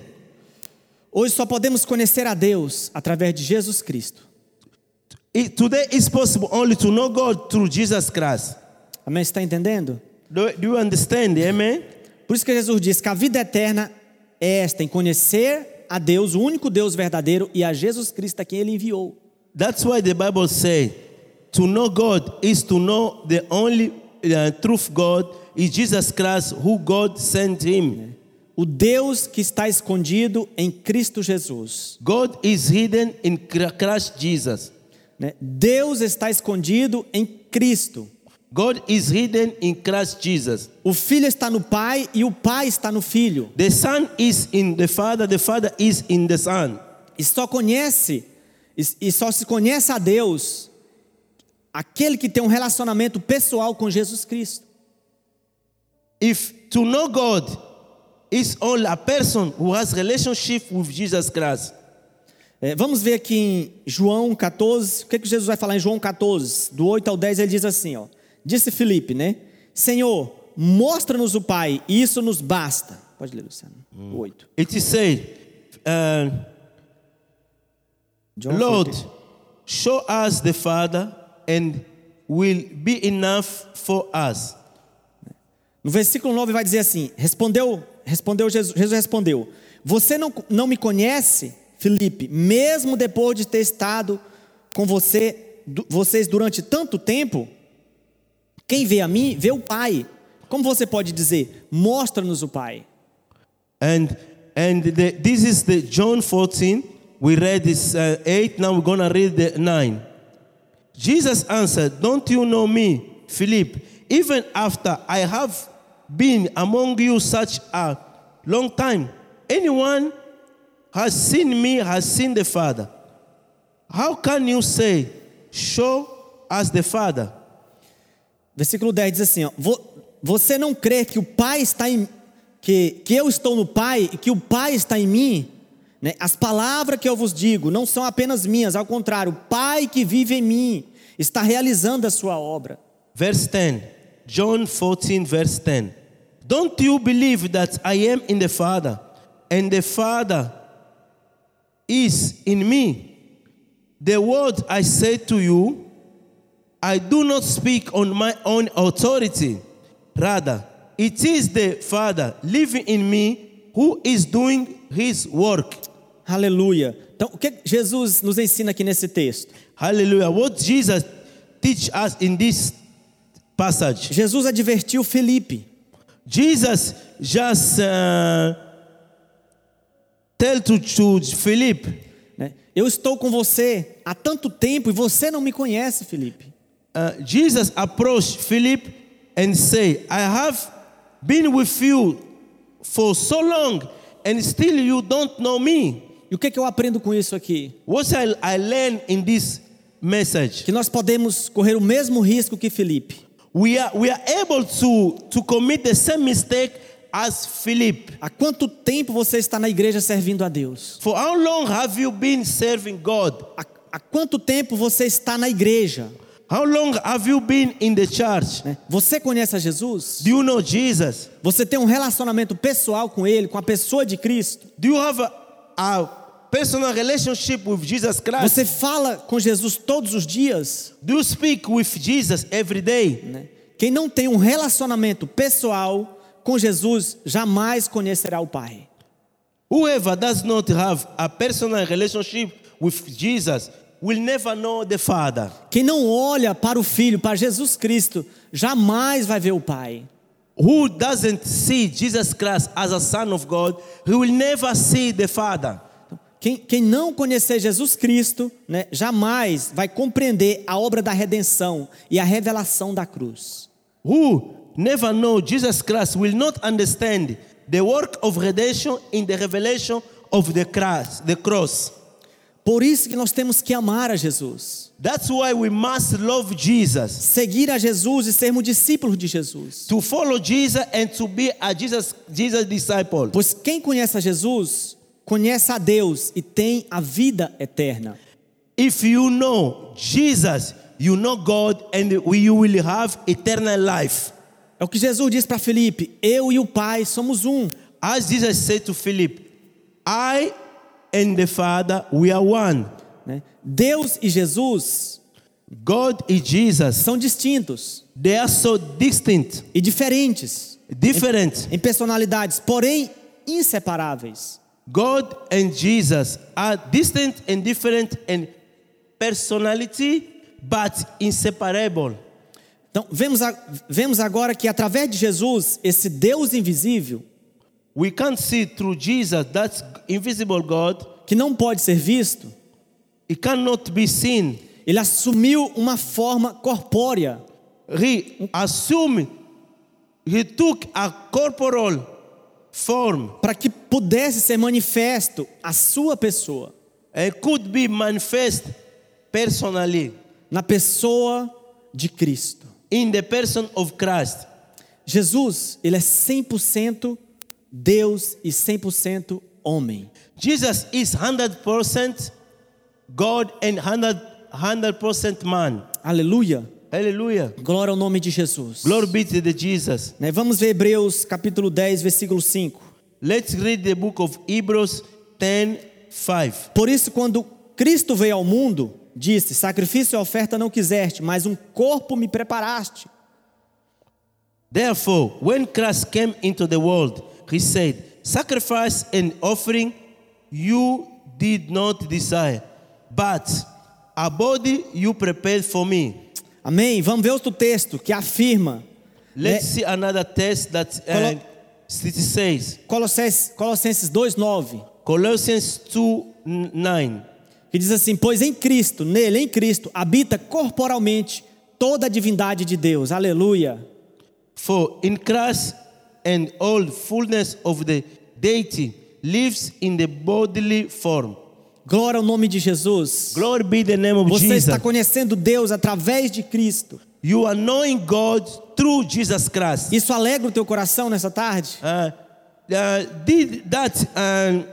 Hoje só podemos conhecer a Deus através de Jesus Cristo. It- today it's possible only to know God through Jesus Christ. Amém? Está entendendo? Do, do you understand? Amen? Por isso que Jesus diz que a vida eterna é esta, em conhecer a Deus, o único Deus verdadeiro, e a Jesus Cristo a quem ele enviou. That's why the Bible says to know God is to know the only uh, truth God is Jesus Christ who God sent him. O Deus que está escondido em Cristo Jesus. God is hidden in Cr- Christ Jesus. né? Deus está escondido em Cristo. God is hidden in Christ Jesus. O filho está no pai e o pai está no filho. The Son is in the Father, the Father is in the Son. E só conhece e e só se conhece a Deus aquele que tem um relacionamento pessoal com Jesus Cristo. If to know God is all a person who has relationship with Jesus Christ. É, vamos ver aqui em João 14, o que, que Jesus vai falar em João 14, do 8 ao 10, ele diz assim, ó, disse Filipe, né? Senhor, mostra-nos o Pai, e isso nos basta. Pode ler, Luciano. O 8. It is said, uh, John Lord, 14. show us the Father, and will be enough for us. No versículo 9 vai dizer assim: Respondeu, respondeu Jesus, Jesus respondeu: Você não, não me conhece, Felipe, mesmo depois de ter estado com você, du- vocês durante tanto tempo? Quem vê a mim, vê o Pai. Como você pode dizer, mostra-nos o Pai? And and the, this is the John 14. We read this uh, 8. Now we're going to read the 9. Jesus answered, Don't you know me, Philip? Even after I have been among you such a long time, anyone has seen me, has seen the Father. How can you say, Show us the Father? Versículo 10 diz assim: ó, "Vo- Você não crê que o Pai está em que, que eu estou no Pai e que o Pai está em mim? Né? As palavras que eu vos digo não são apenas minhas, ao contrário, o Pai que vive em mim está realizando a sua obra. Verse 10, John 14, verse 10. Don't you believe that I am in the Father and the Father is in me? The word I say to you, I do not speak on my own authority. Rather, it is the Father living in me who is doing his work. Aleluia. Então, o que Jesus nos ensina aqui nesse texto? Hallelujah. What Jesus teach us in this passage? Jesus advertiu Felipe. Jesus just uh, tell to, to Philip, Né? Eu estou com você há tanto tempo e você não me conhece, Felipe. uh, Jesus approached Philip and say, I have been with you for so long and still you don't know me. E o que, que eu aprendo com isso aqui? What I, I learned in this message, que nós podemos correr o mesmo risco que Felipe. we are, we are able to, to commit the same mistake as Philip. Há quanto tempo você está na igreja servindo a Deus? For how long have you been serving God? Há, há quanto tempo você está na igreja? How long have you been in the church? né? Você conhece a Jesus? Do you know Jesus? Você tem um relacionamento pessoal com Ele, com a pessoa de Cristo? Do you have a, a personal relationship with Jesus Christ? Você fala com Jesus todos os dias? Do you speak with Jesus every day? né? Quem não tem um relacionamento pessoal com Jesus jamais conhecerá o Pai. Whoever does not have a personal relationship with Jesus will never know the Father. Quem não olha para o Filho, para Jesus Cristo, jamais vai ver o Pai. Who doesn't see Jesus Christ as a Son of God, he will never see the Father. Quem, quem não conhecer Jesus Cristo, né, jamais vai compreender a obra da redenção e a revelação da cruz. Who never know Jesus Christ will not understand the work of redemption in the revelation of the cross. The cross. Por isso que nós temos que amar a Jesus, That's why we must love Jesus. seguir a Jesus e sermos discípulos de Jesus. to follow Jesus and to be a Jesus Jesus disciple. Pois quem conhece a Jesus, conhece a Deus e tem a vida eterna. If you know Jesus, you know God, and you will have eternal life. É o que Jesus diz para Felipe: Eu e o Pai somos um. As Jesus said to Philip, I and the Father, we are one. né? Deus e Jesus God is Jesus. são distintos They are so distinct, e diferentes different. em personalidades, porém inseparáveis. God and Jesus are distinct and different in personality, but inseparable. Então, vemos, a- vemos agora que através de Jesus, esse Deus invisível, We can't see through Jesus, that's invisible God. que não pode ser visto, It cannot be seen. ele assumiu uma forma corpórea he assumed, he took a corporal form para que pudesse ser manifesto a sua pessoa and could be manifest personally na pessoa de Cristo. in the person of Christ. Jesus, ele é 100% Deus e 100% homem. Jesus is 100% God and 100, 100% man. Aleluia. Hallelujah. Glória ao nome de Jesus. Glory be to the Jesus. Né, Vamos ver Hebreus capítulo 10, versículo 5. Let's read the book of Hebrews 10 5. Por isso, quando Cristo veio ao mundo, disse: Sacrifício e oferta não quiseste, mas um corpo me preparaste. Therefore, when Christ came into the world, he said, Sacrifice and offering you did not desire, but a body you prepared for me. Amém? Vamos ver outro texto que afirma. Let's see another text that uh, Colo- it says Colossenses, Colossenses 2,9, Colossians 2 9. que diz assim: Pois em Cristo, nele, em Cristo, habita corporalmente toda a divindade de Deus. Aleluia. For in Christ and all fullness of the deity lives in the bodily form. Glória ao nome de Jesus. Glory be the name of Você Jesus. está conhecendo Deus através de Cristo. You are knowing God through Jesus Christ. Isso alegra o teu coração nessa tarde? Uh, uh, did that um,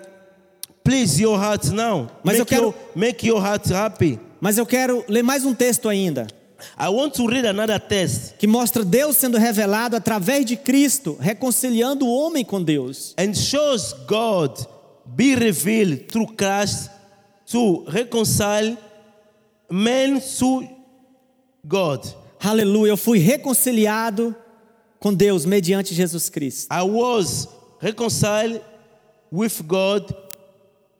please your heart now. Mas eu make, quero- your, make your heart happy. Mas eu quero ler mais um texto ainda, I want to read another text que mostra Deus sendo revelado através de Cristo, reconciliando o homem com Deus. and shows God be revealed through Christ to reconcile men to God. Aleluia, eu fui reconciliado com Deus mediante Jesus Cristo. I was reconciled with God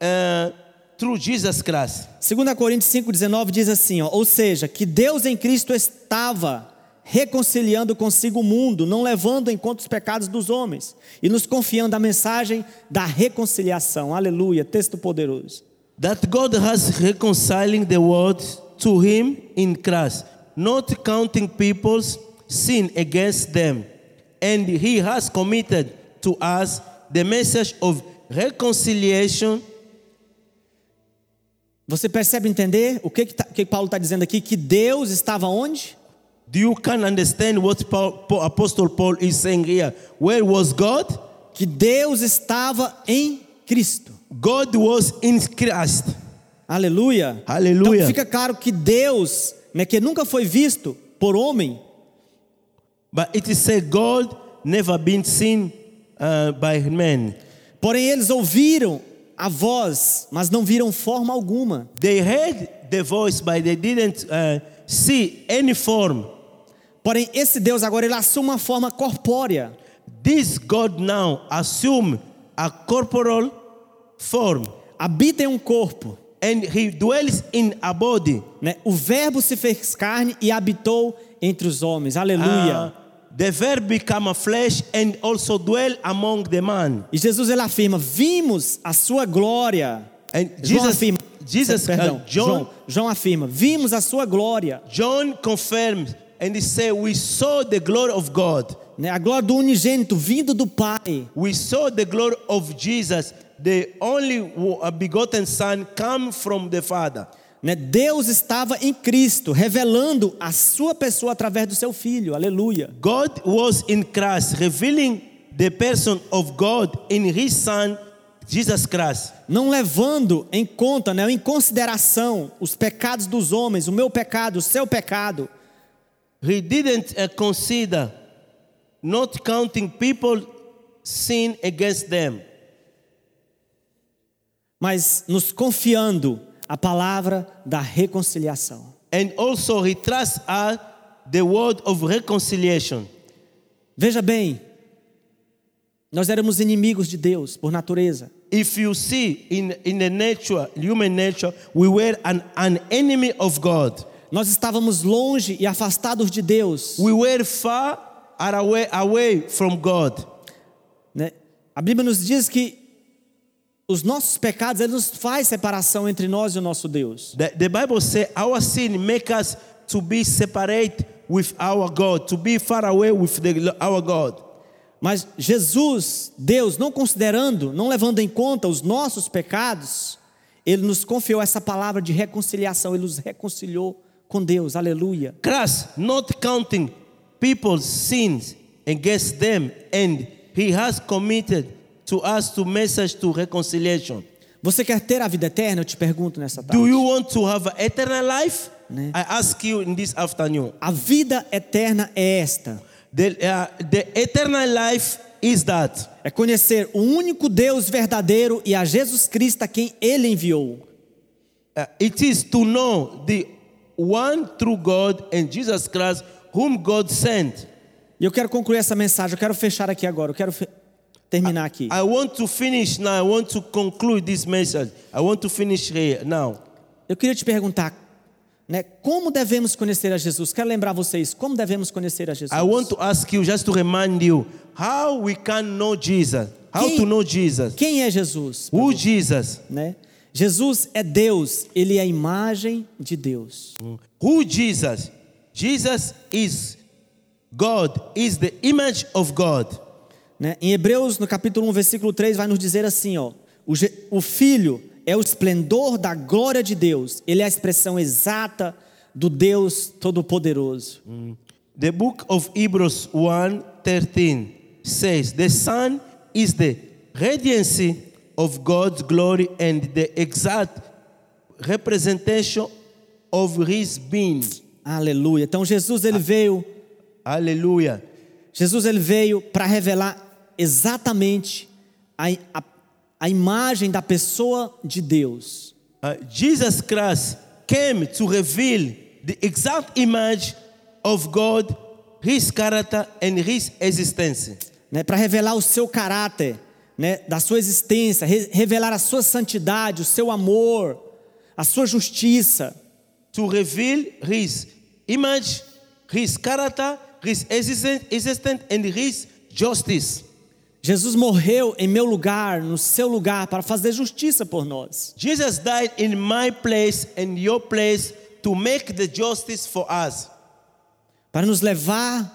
uh, through Jesus Christ. 2 Coríntios 5,19 diz assim: ó, Ou seja, que Deus em Cristo estava reconciliando consigo o mundo, não levando em conta os pecados dos homens, e nos confiando a mensagem da reconciliação. Aleluia, texto poderoso. That God has reconciling the world to Him in Christ, not counting people's sin against them. And He has committed to us the message of reconciliation. Você percebe entender o que, que, tá- o que Paulo está dizendo aqui? Que Deus estava onde? Do you can understand what Paul, Paul- Apostle Paul is saying here? Where was God? Que Deus estava em Cristo. God was in Christ. Aleluia. Aleluia. Então fica claro que Deus, né, que nunca foi visto por homem, But it is said God never been seen uh, by men. porém eles ouviram a voz, mas não viram forma alguma. They heard the voice, but they didn't uh, see any form. Porém esse Deus agora ele assume uma forma corpórea. This God now assume a corporal form, Habita em um corpo. and he dwells in a body. Né? O verbo se fez carne e habitou entre os homens. Uh, Aleluia. the verb become a flesh and also dwell among the man. E Jesus ele afirma: vimos a sua glória. And João Jesus, afirma. Jesus, uh, perdão, John, João, João afirma: vimos a sua glória, John confirms and he said, "We saw the glory of God." né? a glória do unigênito vindo do Pai. We saw the glory of Jesus, the only wo- uh, begotten Son, come from the Father. né? Deus estava em Cristo, revelando a sua pessoa através do seu Filho. Aleluia. God was in Christ, revealing the person of God in His Son, Jesus Christ. Não levando em conta, né, em consideração os pecados dos homens, o meu pecado, o seu pecado. He didn't uh, consider not counting people sin against them, mas nos confiando a palavra da reconciliação. and also He trusts us the word of reconciliation. Veja bem, nós éramos inimigos de Deus por natureza, If you see in, in the nature, human nature, we were an, an enemy of God. nós estávamos longe e afastados de Deus. We were far and away, away from God. né? A Bíblia nos diz que os nossos pecados eles nos faz separação entre nós e o nosso Deus. The, the Bible says our sin make us to be separate with our God, to be far away with the, our God. Mas Jesus, Deus, não considerando, não levando em conta os nossos pecados, ele nos confiou essa palavra de reconciliação, ele nos reconciliou com Deus. Aleluia. Christ, not counting people's sins against them, and he has committed to us to message to reconciliation. Você quer ter a vida eterna? Eu te pergunto nessa tarde. Do you want to have eternal life? Ναι. I ask you in this afternoon. A vida eterna é esta: The, uh, the eternal life is that é conhecer o único Deus verdadeiro e a Jesus Cristo a quem ele enviou. uh, it is to know the one true God and Jesus Christ, whom God sent. E eu quero concluir essa mensagem, eu quero fechar aqui agora, eu quero fe- terminar aqui. I want to finish now. I want to conclude this message. I want to finish here now. Eu queria te perguntar, né, como devemos conhecer a Jesus? Quero lembrar vocês, como devemos conhecer a Jesus? I want to ask you just to remind you how we can know Jesus, how Quem- to know Jesus, Quem é Jesus? who Jesus, Né? Jesus é Deus, ele é a imagem de Deus. who Jesus. Jesus is God, is the image of God. Né? Em Hebreus, no capítulo 1, versículo 3, vai nos dizer assim: ó, o, Je- o Filho é o esplendor da glória de Deus, ele é a expressão exata do Deus Todo-Poderoso. Hum. The book of Hebrews 1:13 says, "The Son is the radiancy of God's glory and the exact representation of His being." Aleluia. Então Jesus Ah. ele veio, Hallelujah. Jesus ele veio para revelar exatamente a, i- a, a imagem da pessoa de Deus. Uh, Jesus Christ came to reveal the exact image of God, His character, and His existence. Né, para revelar o seu caráter, né, da sua existência, re- revelar a sua santidade, o seu amor, a sua justiça. To reveal His image, His character, His existen- existence, and His justice. Jesus morreu em meu lugar, no seu lugar, para fazer justiça por nós. Jesus died in my place and your place to make the justice for us, Para nos levar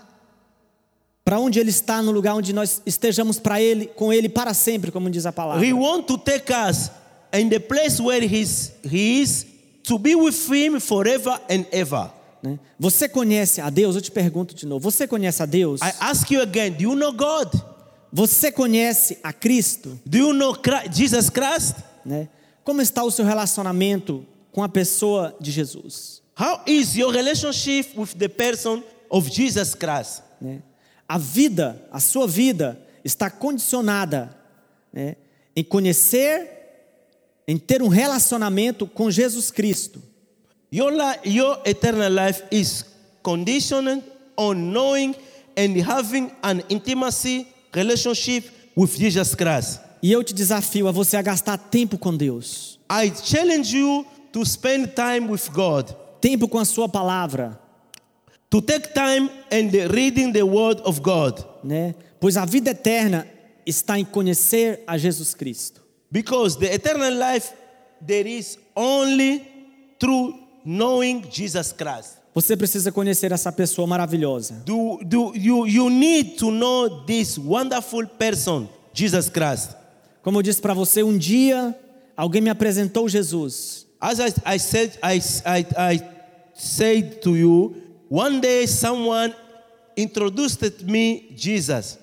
para onde Ele está, no lugar onde nós estejamos para Ele, com Ele para sempre, como diz a palavra. He want to take us in the place where he's, He is to be with Him forever and ever. né? Você conhece a Deus? Eu te pergunto de novo. Você conhece a Deus? I ask you again, do you know God? Você conhece a Cristo? Do you know Chri- Jesus Christ? né? Como está o seu relacionamento com a pessoa de Jesus? How is your relationship with the person of Jesus Christ? né? A vida, a sua vida, está condicionada né, em conhecer, em ter um relacionamento com Jesus Cristo. Your, li- your eternal life is conditioned on knowing and having an intimacy relationship with Jesus Christ. E eu te desafio a você a gastar tempo com Deus, I challenge you to spend time with God, tempo com a Sua palavra, to take time and reading the Word of God, né? Pois a vida eterna está em conhecer a Jesus Cristo. because the eternal life there is only through knowing Jesus Christ. Você precisa conhecer essa pessoa maravilhosa. Do, do you, you need to know this wonderful person, Jesus Christ. Como eu disse para você, um dia alguém me apresentou Jesus. As I, I said, I, s- I- I said to you, one day someone introduced me Jesus.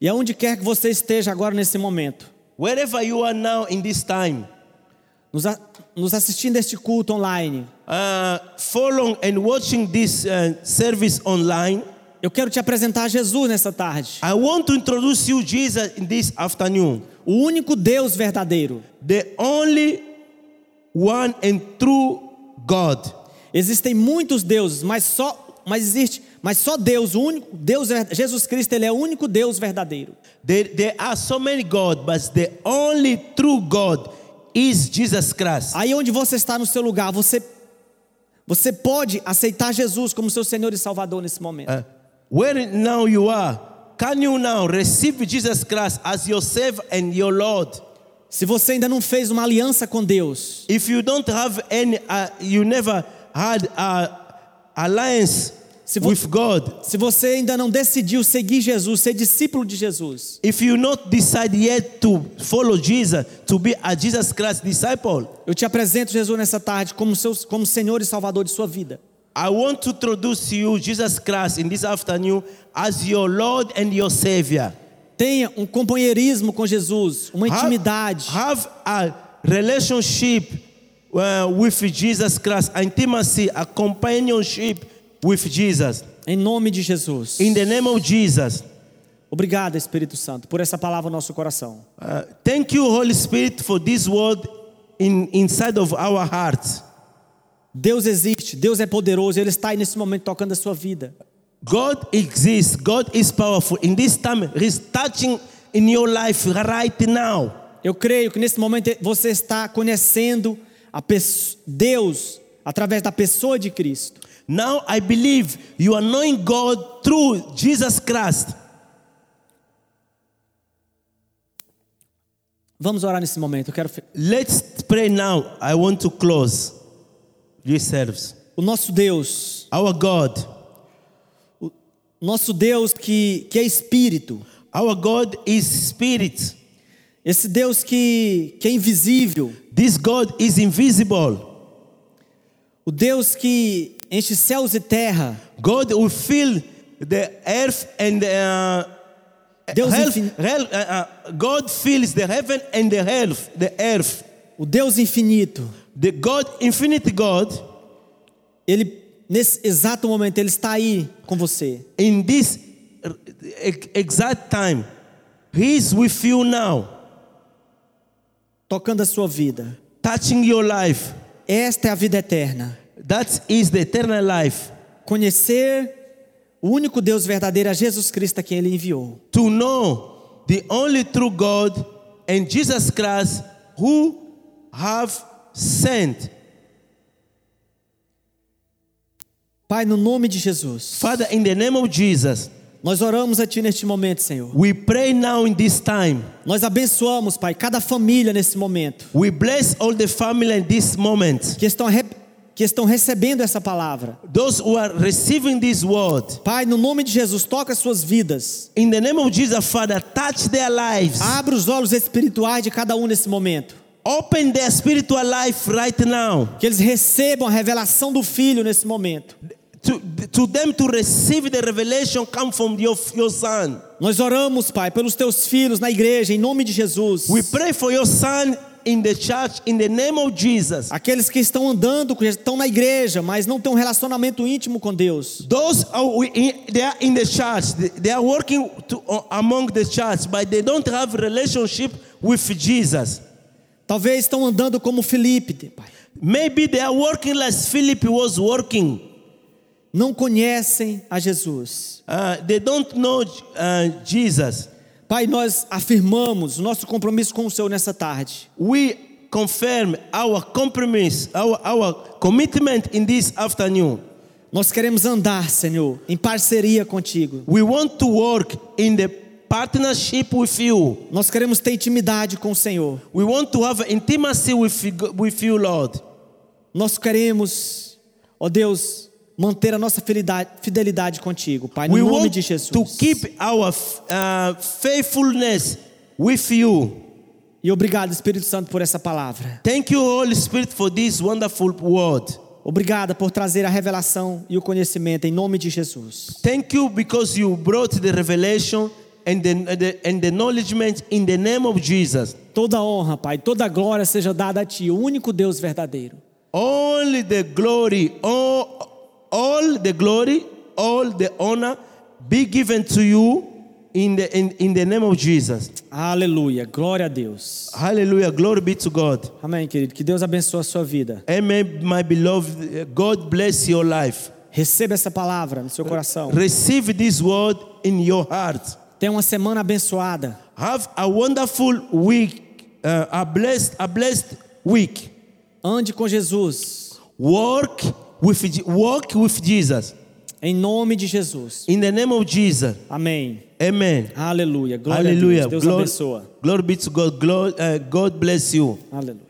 E aonde quer que você esteja agora nesse momento, Wherever you are now in this time, nos, a- nos assistindo a este culto online, uh, following and watching this uh, service online, eu quero te apresentar a Jesus nessa tarde, I want to introduce you Jesus in this afternoon, o único Deus verdadeiro. the only one and true God. Existem muitos deuses, mas só mas existe, mas só Deus, o único Deus, ver- Jesus Cristo, ele é o único Deus verdadeiro. There, there are so many God, but the only true God is Jesus Christ. Aí onde você está no seu lugar, você você pode aceitar Jesus como seu Senhor e Salvador nesse momento. Uh, where now you are, can you now receive Jesus Christ as your Savior and your Lord? Se você ainda não fez uma aliança com Deus, If you don't have any, uh, you never had a alliance Se, vo- with God. se você ainda não decidiu seguir Jesus, ser discípulo de Jesus, If you not decide yet to follow Jesus, to be a Jesus Christ disciple, eu te apresento Jesus nessa tarde como, seu, como Senhor e Salvador de sua vida. I want to introduce you Jesus Christ in this afternoon as your Lord and your Savior. Tenha um companheirismo com Jesus, uma Have- intimidade. Have, a relationship uh, with Jesus Christ, intimacy, a companionship with Jesus. Em nome de Jesus. In the name of Jesus. Obrigado, Espírito Santo, por essa palavra no nosso coração. Uh, thank you, Holy Spirit, for this word in, inside of our hearts. Deus existe, Deus é poderoso, Ele está aí nesse momento tocando a sua vida. God exists, God is powerful. In this time, He's touching in your life right now. Eu creio que nesse momento você está conhecendo a pesso- Deus através da pessoa de Cristo. Now I believe you are knowing God through Jesus Christ. Vamos orar nesse momento. Eu quero fe- Let's pray now. I want to close yourselves. o nosso Deus, Our God, nosso Deus que, que é espírito, our God is spirit. esse Deus que, que é invisível, This God is invisible. o Deus que enche céus e terra, God will fill the earth and uh, Deus hell- infin- hell- uh, uh, God fills the heaven and the earth, the earth. o Deus infinito. The God, infinite God, Ele nesse exato momento ele está aí com você. in this uh, ex- exact time, He is with you now, tocando a sua vida. touching your life. Esta é a vida eterna. That is the eternal life. Conhecer o único Deus verdadeiro, a Jesus Cristo a quem ele enviou. to know the only true God and Jesus Christ who have sent. Pai, no nome de Jesus, Father, in the name of Jesus, nós oramos a ti neste momento, Senhor. we pray now in this time. Nós abençoamos, Pai, cada família nesse momento We bless all the family in this moment. que estão re- que estão recebendo essa palavra. Those who are receiving this word. Pai, no nome de Jesus, toca as suas vidas. In the name of Jesus, Father, touch their lives. Abre os olhos espirituais de cada um nesse momento. Open their spiritual life right now. Que eles recebam a revelação do Filho nesse momento. To, to them to receive the revelation come from your, your son. Nós oramos, Pai, pelos teus filhos na igreja, em nome de Jesus. We pray for your son in the church in the name of Jesus. Aqueles que estão andando, com Jesus, estão na igreja, mas não têm um relacionamento íntimo com Deus. Those are we- in- they are in the church. They- They are working to, uh, among the church, but they don't have relationship with Jesus. Talvez estão andando como Felipe, Pai. Maybe they are working as Philip was working. Não conhecem a Jesus. Uh, they don't know uh, Jesus. Pai, nós afirmamos o nosso compromisso com o Senhor nessa tarde. We confirm our compromise, our, our commitment in this afternoon. Nós queremos andar, Senhor, em parceria contigo. We want to work in the partnership with you. Nós queremos ter intimidade com o Senhor. We want to have intimacy with, you- with you, Lord. Nós queremos, ó Deus, manter a nossa fidelidade, fidelidade contigo, Pai, no We nome want de Jesus. to keep our uh, faithfulness with you. E obrigado, Espírito Santo, por essa palavra. Thank you, Holy Spirit, for this wonderful word. Obrigada por trazer a revelação e o conhecimento em nome de Jesus. Thank you because you brought the revelation and the, uh, the- and the acknowledgement in the name of Jesus. Toda honra, Pai, toda glória seja dada a Ti, o único Deus verdadeiro. Only the glory, all, all the glory, all the honor be given to you in the, in, in the name of Jesus. Aleluia, glória a Deus. Hallelujah. Glory be to God. Amém, querido. Que Deus abençoe a sua vida. Amen, my beloved. God bless your life. Receba essa palavra no seu coração. Receive this word in your heart. Tenha uma semana abençoada. Have a wonderful week, uh, a blessed, a blessed week. Ande com Jesus, Walk with, Je- walk with Jesus. em nome de Jesus. In the name of Jesus. Amém. Amen. Aleluia, glória a Hallelujah. Deus. Deus Glory, abençoa. glory be to God. Glory, uh, God bless you. Aleluia.